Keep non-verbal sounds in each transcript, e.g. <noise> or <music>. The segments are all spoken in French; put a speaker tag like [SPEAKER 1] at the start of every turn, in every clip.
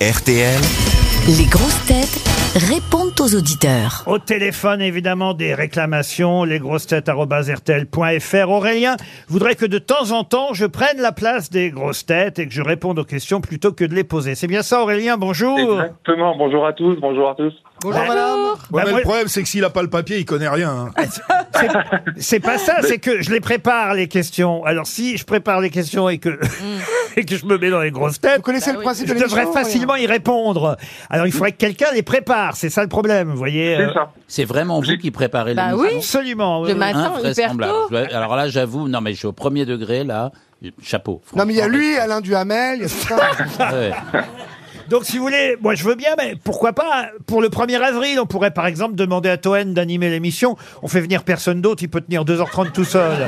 [SPEAKER 1] RTL.
[SPEAKER 2] Les grosses têtes répondent aux auditeurs.
[SPEAKER 3] Au téléphone, évidemment, des réclamations, lesgrossetêtes.rtl.fr. Aurélien voudrait que de temps en temps, je prenne la place des grosses têtes et que je réponde aux questions plutôt que de les poser. C'est bien ça, Aurélien Bonjour.
[SPEAKER 4] Exactement. Bonjour à tous. Bonjour à tous.
[SPEAKER 3] Bonjour, madame. Bah,
[SPEAKER 5] Bah,
[SPEAKER 6] Ouais, mais le problème, c'est que s'il a pas le papier, il connaît rien. hein.
[SPEAKER 3] C'est pas ça, c'est que je les prépare, les questions. Alors, si je prépare les questions et que, <laughs> et que je me mets dans les grosses têtes,
[SPEAKER 7] Mm. Vous connaissez le principe
[SPEAKER 3] je
[SPEAKER 7] de
[SPEAKER 3] devrais
[SPEAKER 7] l'émission
[SPEAKER 3] facilement y répondre. Alors, il faudrait que quelqu'un les prépare. C'est ça le problème, vous voyez. euh,
[SPEAKER 4] C'est ça.
[SPEAKER 5] C'est vraiment vous qui préparez
[SPEAKER 8] Bah
[SPEAKER 5] l'émission.
[SPEAKER 8] oui,
[SPEAKER 3] Absolument. oui,
[SPEAKER 8] le
[SPEAKER 3] oui.
[SPEAKER 8] matin, hyper
[SPEAKER 5] Invraisemblable.
[SPEAKER 8] tôt.
[SPEAKER 5] Je dois- Alors là, j'avoue, non mais je suis au premier degré là. Chapeau.
[SPEAKER 7] Non mais il y a
[SPEAKER 5] bah,
[SPEAKER 7] lui, Alain Duhamel, il y a tout
[SPEAKER 5] <laughs>
[SPEAKER 7] ça.
[SPEAKER 5] Ouais.
[SPEAKER 3] Donc, si vous voulez, moi, je veux bien, mais pourquoi pas Pour le 1er avril, on pourrait, par exemple, demander à Toen d'animer l'émission. On fait venir personne d'autre, il peut tenir 2h30 tout seul.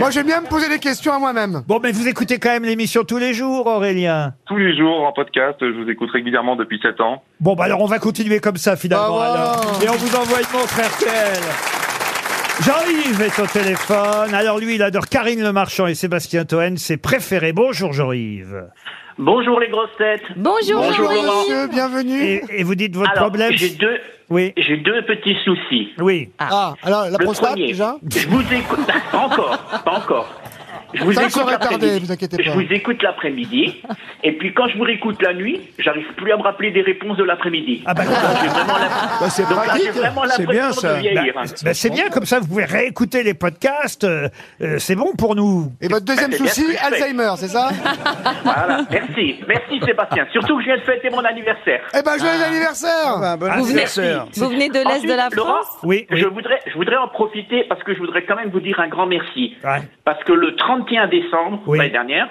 [SPEAKER 7] Moi j'aime bien me poser des questions à moi-même.
[SPEAKER 3] Bon, mais vous écoutez quand même l'émission tous les jours, Aurélien.
[SPEAKER 4] Tous les jours en podcast, je vous écoute régulièrement depuis 7 ans.
[SPEAKER 3] Bon, bah alors, on va continuer comme ça, finalement.
[SPEAKER 7] Bravo.
[SPEAKER 3] alors. Et on vous envoie une montre RTL. Jean-Yves est au téléphone. Alors, lui, il adore Karine Le Marchand et Sébastien Toen, ses préférés. Bonjour, Jean-Yves.
[SPEAKER 9] Bonjour les grosses têtes.
[SPEAKER 8] Bonjour,
[SPEAKER 9] Bonjour,
[SPEAKER 8] Jean-Yves.
[SPEAKER 9] Laurent.
[SPEAKER 7] Monsieur, bienvenue.
[SPEAKER 3] Et, et vous dites votre
[SPEAKER 9] Alors,
[SPEAKER 3] problème
[SPEAKER 9] j'ai deux,
[SPEAKER 3] Oui,
[SPEAKER 9] j'ai deux petits soucis.
[SPEAKER 3] oui.
[SPEAKER 7] Ah, alors la
[SPEAKER 9] Le
[SPEAKER 7] prostate
[SPEAKER 9] premier,
[SPEAKER 7] déjà
[SPEAKER 9] je vous écoute <laughs> pas encore, pas encore. Je vous
[SPEAKER 7] Ça,
[SPEAKER 9] écoute
[SPEAKER 7] j'aurais tardé,
[SPEAKER 9] l'après-midi.
[SPEAKER 7] vous inquiétez pas.
[SPEAKER 9] Je vous écoute l'après-midi, et puis quand je vous réécoute la nuit, j'arrive plus à me rappeler des réponses de l'après-midi.
[SPEAKER 3] Ah bah,
[SPEAKER 9] J'ai vraiment la-
[SPEAKER 6] Bah, c'est
[SPEAKER 9] Donc là, j'ai
[SPEAKER 6] pratique.
[SPEAKER 9] vraiment
[SPEAKER 6] C'est bien
[SPEAKER 9] l'impression
[SPEAKER 6] ça.
[SPEAKER 9] de vieillir.
[SPEAKER 3] Bah, bah, c'est bien, comme ça vous pouvez réécouter les podcasts. euh, euh, c'est bon pour nous.
[SPEAKER 7] Et votre deuxième
[SPEAKER 9] c'est bien ce
[SPEAKER 7] souci,
[SPEAKER 9] que je fais.
[SPEAKER 7] Alzheimer, c'est ça
[SPEAKER 9] Voilà. Merci, merci Sébastien. Surtout que je viens de fêter mon anniversaire.
[SPEAKER 7] Eh ben joyeux anniversaire
[SPEAKER 3] Ah,
[SPEAKER 8] Vous venez, vous venez de l'Est
[SPEAKER 9] Ensuite,
[SPEAKER 8] de la
[SPEAKER 9] Laurent,
[SPEAKER 8] France
[SPEAKER 3] Oui, oui.
[SPEAKER 9] Je, voudrais, je voudrais en profiter parce que je voudrais quand même vous dire un grand merci.
[SPEAKER 3] Ouais.
[SPEAKER 9] Parce que le 31 décembre,
[SPEAKER 3] Oui.
[SPEAKER 9] l'année dernière,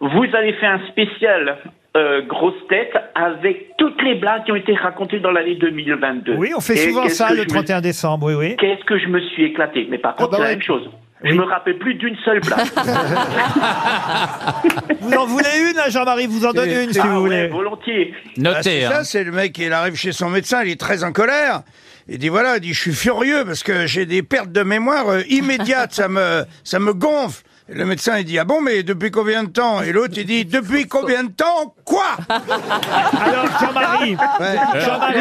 [SPEAKER 9] vous avez fait un spécial euh, grosse tête avec toutes les blagues qui ont été racontées dans l'année 2022.
[SPEAKER 3] Oui, on fait
[SPEAKER 9] Et
[SPEAKER 3] souvent
[SPEAKER 9] qu'est-ce
[SPEAKER 3] ça
[SPEAKER 9] que
[SPEAKER 3] le
[SPEAKER 9] je me-
[SPEAKER 3] 31 décembre, oui,
[SPEAKER 10] <laughs>
[SPEAKER 3] oui.
[SPEAKER 9] Qu'est-ce que je me suis éclaté. Mais
[SPEAKER 3] Ah
[SPEAKER 9] par contre,
[SPEAKER 7] bah
[SPEAKER 9] c'est la
[SPEAKER 7] ouais.
[SPEAKER 9] même chose. Je me rappelle plus d'une
[SPEAKER 3] <laughs>
[SPEAKER 9] seule blague. Ah
[SPEAKER 3] Vous en voulez une, là, Jean-Marie Vous en donne une, si
[SPEAKER 9] Ah
[SPEAKER 3] vous
[SPEAKER 9] ouais,
[SPEAKER 3] voulez.
[SPEAKER 9] volontiers.
[SPEAKER 5] Notez.
[SPEAKER 10] Ah, c'est
[SPEAKER 5] hein.
[SPEAKER 10] ça, c'est le mec, il arrive chez son médecin, il est très en colère. Il dit voilà, il dit je suis furieux parce que j'ai des pertes de mémoire euh, immédiates, ça me ça me gonfle. Et Le médecin il dit ah bon mais depuis combien de temps Et l'autre il dit depuis combien de temps quoi
[SPEAKER 3] Alors,
[SPEAKER 10] <laughs>
[SPEAKER 3] Jean-Marie,
[SPEAKER 5] Ah, ah,
[SPEAKER 3] Jean-Marie,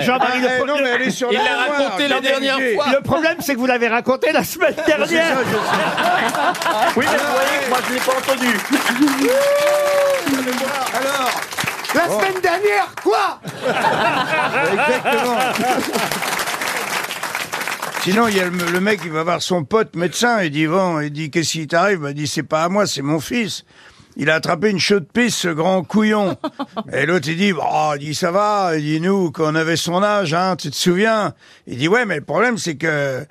[SPEAKER 3] Jean-Marie,
[SPEAKER 10] Ah, eh,
[SPEAKER 3] le,
[SPEAKER 10] non mais elle est sur
[SPEAKER 5] Il
[SPEAKER 10] la
[SPEAKER 5] l'a
[SPEAKER 10] mémoire,
[SPEAKER 5] raconté la
[SPEAKER 10] t'es
[SPEAKER 5] dernière
[SPEAKER 10] obligé.
[SPEAKER 5] fois.
[SPEAKER 3] le problème, c'est que vous l'avez raconté la semaine
[SPEAKER 10] C'est ça,
[SPEAKER 3] dernière.
[SPEAKER 10] <laughs> je sais.
[SPEAKER 9] Oui, mais vous voyez que moi, je l'ai pas entendu.
[SPEAKER 10] <laughs> Alors
[SPEAKER 7] La semaine dernière, quoi
[SPEAKER 10] Exactement. Sinon, il y a le, le mec, il va voir son pote médecin, il dit, bon, il dit, qu'est-ce qui t'arrive? Bah, Il dit, c'est pas à moi, c'est mon fils. Il a attrapé une chaude pisse, ce grand couillon. Et l'autre, il dit, oh, il dit, ça va. Il dit, nous, quand on avait son âge, hein, tu te souviens? Il dit, ouais, mais le problème, c'est que,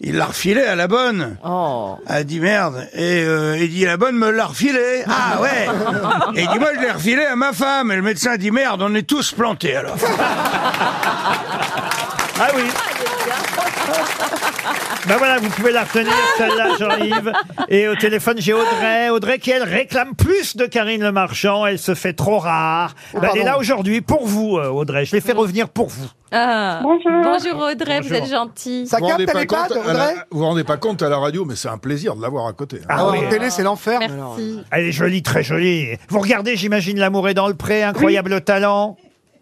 [SPEAKER 10] il l'a refilé à la bonne.
[SPEAKER 8] Oh.
[SPEAKER 10] Elle dit merde. Et euh, il dit la bonne me l'a refilé. Ah ouais. Et il dit moi je l'ai refilé à ma femme. Et le médecin dit merde, on est tous plantés alors.
[SPEAKER 3] Ah oui. <laughs> Ben voilà, vous pouvez la retenir, celle-là, Jean-Yves. Et au téléphone, j'ai Audrey. Audrey qui, elle, réclame plus de Karine Le Marchand. Elle se fait trop
[SPEAKER 8] Ah,
[SPEAKER 3] rare. Ben, elle est
[SPEAKER 7] pardon.
[SPEAKER 3] là aujourd'hui pour vous, euh, Audrey. Je l'ai fait
[SPEAKER 8] Mhm.
[SPEAKER 3] revenir pour vous.
[SPEAKER 8] Ah.
[SPEAKER 4] Bonjour.
[SPEAKER 8] Bonjour Audrey, vous
[SPEAKER 3] Bonjour.
[SPEAKER 8] êtes gentil.
[SPEAKER 7] Ça
[SPEAKER 6] Vous
[SPEAKER 7] capte
[SPEAKER 6] rendez
[SPEAKER 7] à
[SPEAKER 6] pas
[SPEAKER 7] l'EHPAD,
[SPEAKER 6] compte à la-
[SPEAKER 7] Audrey
[SPEAKER 6] vous rendez pas compte à la radio, mais c'est un plaisir de l'avoir à côté. hein.
[SPEAKER 7] Ah,
[SPEAKER 3] oui.
[SPEAKER 7] en télé, c'est l'enfer. mais alors.
[SPEAKER 8] Merci.
[SPEAKER 3] Elle est jolie, très jolie. Vous regardez, j'imagine, L'amour est dans le pré, incroyable talent.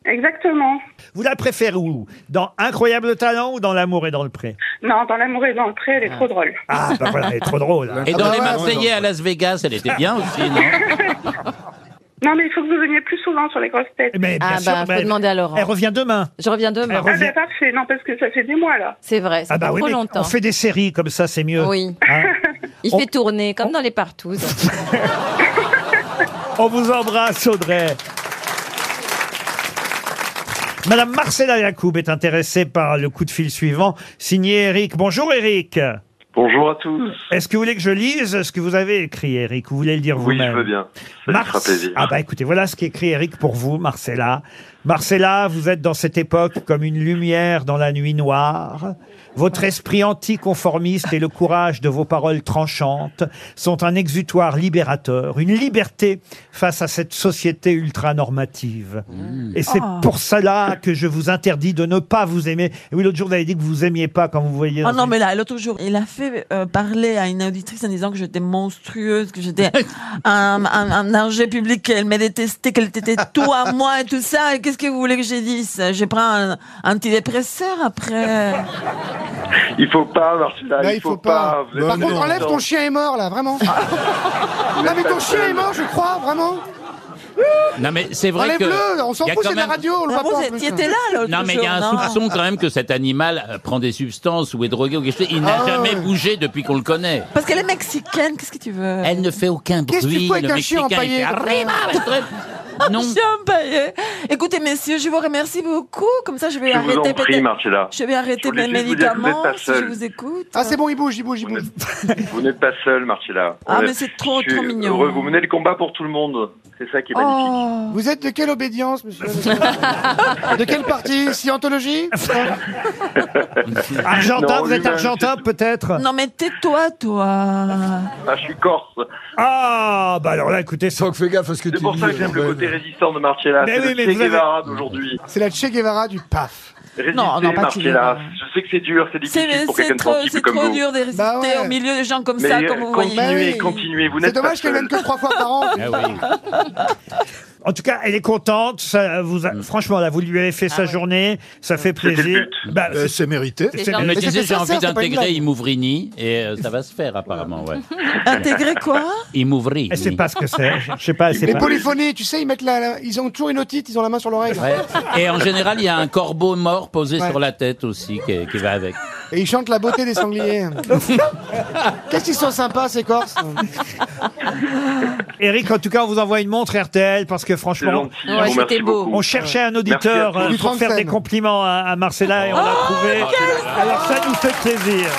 [SPEAKER 4] Exactement.
[SPEAKER 3] Vous la préférez où Dans Incroyable talent ou dans L'amour est dans le pré
[SPEAKER 4] Non, dans l'amour et dans le pré, elle est trop drôle. <laughs>
[SPEAKER 3] Ah, bah voilà, elle est trop drôle. hein.
[SPEAKER 5] Et
[SPEAKER 7] Ah
[SPEAKER 5] dans
[SPEAKER 7] bah
[SPEAKER 5] les
[SPEAKER 7] ouais,
[SPEAKER 5] Marseillais
[SPEAKER 6] non,
[SPEAKER 5] à Las Vegas, elle était bien aussi, non
[SPEAKER 4] Non, mais il faut que vous veniez plus souvent sur les grosses têtes.
[SPEAKER 3] Mais Eh ben, bien
[SPEAKER 8] Ah
[SPEAKER 3] sûr,
[SPEAKER 8] bah,
[SPEAKER 3] mais
[SPEAKER 8] faut
[SPEAKER 3] elle,
[SPEAKER 8] demander à Laurent.
[SPEAKER 3] elle revient demain.
[SPEAKER 8] Je reviens
[SPEAKER 3] Elle
[SPEAKER 8] demain.
[SPEAKER 4] Ah,
[SPEAKER 3] revient.
[SPEAKER 4] bah, parfait. Non, parce que ça fait des mois, là.
[SPEAKER 8] C'est vrai, c'est
[SPEAKER 3] Ah bah
[SPEAKER 8] pas
[SPEAKER 3] oui,
[SPEAKER 8] trop
[SPEAKER 3] mais
[SPEAKER 8] longtemps.
[SPEAKER 3] on fait des séries comme ça, c'est mieux.
[SPEAKER 8] Oui. <laughs>
[SPEAKER 3] Hein
[SPEAKER 8] Il
[SPEAKER 3] on-
[SPEAKER 8] fait tourner, comme dans les partouzes.
[SPEAKER 3] <laughs> on vous embrasse, Audrey. Madame Marcella Yacoub est intéressée par le coup de fil suivant, signé Eric. Bonjour Eric.
[SPEAKER 4] Bonjour à tous.
[SPEAKER 3] Est-ce que vous voulez que je lise ce que vous avez écrit, Eric Vous voulez le dire
[SPEAKER 4] Oui,
[SPEAKER 3] vous-même
[SPEAKER 4] je veux bien. Ça me
[SPEAKER 3] Marc-
[SPEAKER 4] fera plaisir.
[SPEAKER 3] Ah bah écoutez, voilà ce qu'écrit Eric pour vous, Marcella. Marcella, vous êtes dans cette époque comme une lumière dans la nuit noire. Votre esprit anticonformiste et le courage de vos paroles tranchantes sont un exutoire libérateur, une liberté face à cette société ultra-normative.
[SPEAKER 9] Mmh.
[SPEAKER 3] Et c'est
[SPEAKER 9] Ah.
[SPEAKER 3] pour cela que je vous interdis de ne pas vous aimer. Et oui, l'autre jour, vous avez dit que vous aimiez pas quand vous voyez...
[SPEAKER 9] Ah
[SPEAKER 11] Oh non, mais là, l'autre jour, il a fait
[SPEAKER 1] fait euh, parler à une auditrice en disant que j'étais monstrueuse,
[SPEAKER 8] <laughs>
[SPEAKER 1] que j'étais un, un, un danger public, qu'elle m'a détesté,
[SPEAKER 8] <laughs>
[SPEAKER 1] qu'elle était tout à moi et tout ça. Et Qu'est-ce que vous voulez que je dise Je prends un antidépresseur après.
[SPEAKER 9] Il faut pas, Marcella,
[SPEAKER 3] Bah,
[SPEAKER 7] Là,
[SPEAKER 9] il faut, pas. Vous êtes
[SPEAKER 7] Par contre,
[SPEAKER 9] méchant.
[SPEAKER 7] enlève ton chien est mort, là, vraiment. Ah. non, mais ton chien est mort, je crois, vraiment.
[SPEAKER 5] Non, mais c'est vrai que.
[SPEAKER 7] Enlève-le, on s'en
[SPEAKER 5] il y a
[SPEAKER 7] fout,
[SPEAKER 5] quand
[SPEAKER 7] c'est la
[SPEAKER 5] même-
[SPEAKER 7] radio, on le voit
[SPEAKER 1] Ah bon,
[SPEAKER 7] pas en
[SPEAKER 1] vous
[SPEAKER 7] plus.
[SPEAKER 1] étiez- étiez là l'autre
[SPEAKER 5] Non, mais il y a
[SPEAKER 1] jour,
[SPEAKER 5] un
[SPEAKER 1] non
[SPEAKER 5] soupçon quand même que cet animal euh, prend des substances ou est drogué ou quelque chose. Il
[SPEAKER 7] Ah.
[SPEAKER 5] n'a jamais bougé depuis qu'on le connaît.
[SPEAKER 1] Parce qu'elle est mexicaine, qu'est-ce que tu veux
[SPEAKER 5] Elle ne fait aucun bruit.
[SPEAKER 7] Qu'est-ce que tu fous avec
[SPEAKER 5] le
[SPEAKER 7] un chien
[SPEAKER 5] Mexicain,
[SPEAKER 7] empaillé
[SPEAKER 5] il fait,
[SPEAKER 7] comme ça
[SPEAKER 5] Arriba, maître Non.
[SPEAKER 1] Je suis empaillée. Écoutez, messieurs, je vous remercie beaucoup. Comme ça, je vais
[SPEAKER 9] Je vous en
[SPEAKER 1] arrêter
[SPEAKER 9] prie,
[SPEAKER 1] peut-être-
[SPEAKER 9] Marcella.
[SPEAKER 1] Je vais arrêter
[SPEAKER 9] Je voulais
[SPEAKER 1] mes
[SPEAKER 9] juste vous dire que vous n'êtes
[SPEAKER 1] médicaments
[SPEAKER 9] pas
[SPEAKER 1] si je
[SPEAKER 9] seule.
[SPEAKER 1] vous écoute.
[SPEAKER 7] Ah, c'est bon, il bouge, il bouge, il bouge.
[SPEAKER 9] Vous n'êtes pas seul, Marcella.
[SPEAKER 1] Ah,
[SPEAKER 9] On est-
[SPEAKER 1] mais c'est trop,
[SPEAKER 9] je suis
[SPEAKER 1] trop mignon.
[SPEAKER 9] Heureux. Vous menez le combat pour tout le monde. C'est ça qui est magnifique.
[SPEAKER 1] Oh.
[SPEAKER 7] Vous êtes de quelle obédience, monsieur De quelle partie Scientologie
[SPEAKER 3] Argentin,
[SPEAKER 9] <laughs> Non,
[SPEAKER 3] vous êtes
[SPEAKER 9] lui-même,
[SPEAKER 3] argentin peut-être
[SPEAKER 1] Non mais tais-toi, toi.
[SPEAKER 9] Ah, je suis corse.
[SPEAKER 3] Ah, bah alors là, écoutez, ça.
[SPEAKER 6] Franck, fais gaffe à ce que tu
[SPEAKER 9] C'est pour ça que
[SPEAKER 6] dis,
[SPEAKER 9] j'aime le
[SPEAKER 6] euh,
[SPEAKER 9] côté résistant de Marcella.
[SPEAKER 3] Mais
[SPEAKER 9] C'est
[SPEAKER 3] oui,
[SPEAKER 9] le
[SPEAKER 3] mais
[SPEAKER 9] Che
[SPEAKER 3] vous avez-
[SPEAKER 9] Guevara d'aujourd'hui.
[SPEAKER 7] C'est la Che Guevara du PAF.
[SPEAKER 9] Résistez,
[SPEAKER 1] Non, non, pas Che Guevara.
[SPEAKER 9] Marcella. Je sais que c'est dur, c'est
[SPEAKER 1] C'est
[SPEAKER 9] difficile pour
[SPEAKER 1] c'est
[SPEAKER 9] quelqu'un de
[SPEAKER 1] trop,
[SPEAKER 9] sensible
[SPEAKER 1] c'est
[SPEAKER 9] comme
[SPEAKER 1] trop
[SPEAKER 9] vous.
[SPEAKER 1] dur de résister
[SPEAKER 7] Bah ouais.
[SPEAKER 1] au milieu de gens comme
[SPEAKER 9] Mais
[SPEAKER 1] ça, comme vous voyez.
[SPEAKER 7] Mais
[SPEAKER 9] continuez,
[SPEAKER 7] oui.
[SPEAKER 9] continuez. Vous
[SPEAKER 7] C'est
[SPEAKER 9] n'êtes pas
[SPEAKER 7] dommage qu'elle
[SPEAKER 9] seul.
[SPEAKER 7] vienne que trois fois par an.
[SPEAKER 5] Ah oui.
[SPEAKER 3] En tout cas, elle est contente. Ça vous a- Franchement, là, vous lui avez fait sa journée. Ça fait
[SPEAKER 9] C'était Ah le
[SPEAKER 3] plaisir. Bah,
[SPEAKER 6] euh, c'est mérité.
[SPEAKER 3] c'est-
[SPEAKER 5] Elle me
[SPEAKER 3] c'est-
[SPEAKER 7] Mais
[SPEAKER 5] disait
[SPEAKER 7] c'était
[SPEAKER 5] j'ai envie
[SPEAKER 7] sincère, c'est pas une
[SPEAKER 5] d'intégrer
[SPEAKER 7] blague.
[SPEAKER 5] Imouvrini et euh, ça va se faire
[SPEAKER 7] <laughs>
[SPEAKER 5] apparemment. Ouais.
[SPEAKER 1] Intégrer quoi
[SPEAKER 5] Imouvrini.
[SPEAKER 3] Elle sait pas ce que c'est. Je sais pas. Elle sait
[SPEAKER 7] Les
[SPEAKER 3] pas.
[SPEAKER 7] polyphonies, tu sais, ils mettent la, la- ils ont toujours une otite, ils ont la main sur l'oreille. là.
[SPEAKER 5] Ouais. Et en général, il y a un corbeau mort posé
[SPEAKER 7] Ouais.
[SPEAKER 5] sur la tête aussi qui, est- qui va avec.
[SPEAKER 7] Et ils chantent la beauté
[SPEAKER 9] <laughs>
[SPEAKER 7] des sangliers. Qu'est-ce qu'ils sont sympas, ces Corses
[SPEAKER 3] Eric, en tout cas, on vous envoie une montre RTL parce que
[SPEAKER 9] C'est
[SPEAKER 3] franchement,
[SPEAKER 9] gentil.
[SPEAKER 8] Ouais,
[SPEAKER 9] Je vous remercie
[SPEAKER 8] c'était beau.
[SPEAKER 9] beaucoup.
[SPEAKER 3] on cherchait un auditeur
[SPEAKER 9] Merci à
[SPEAKER 3] euh,
[SPEAKER 7] tous.
[SPEAKER 9] Ah,
[SPEAKER 3] pour faire des compliments à, à Marcella et on l'a trouvé. Alors ça nous fait plaisir.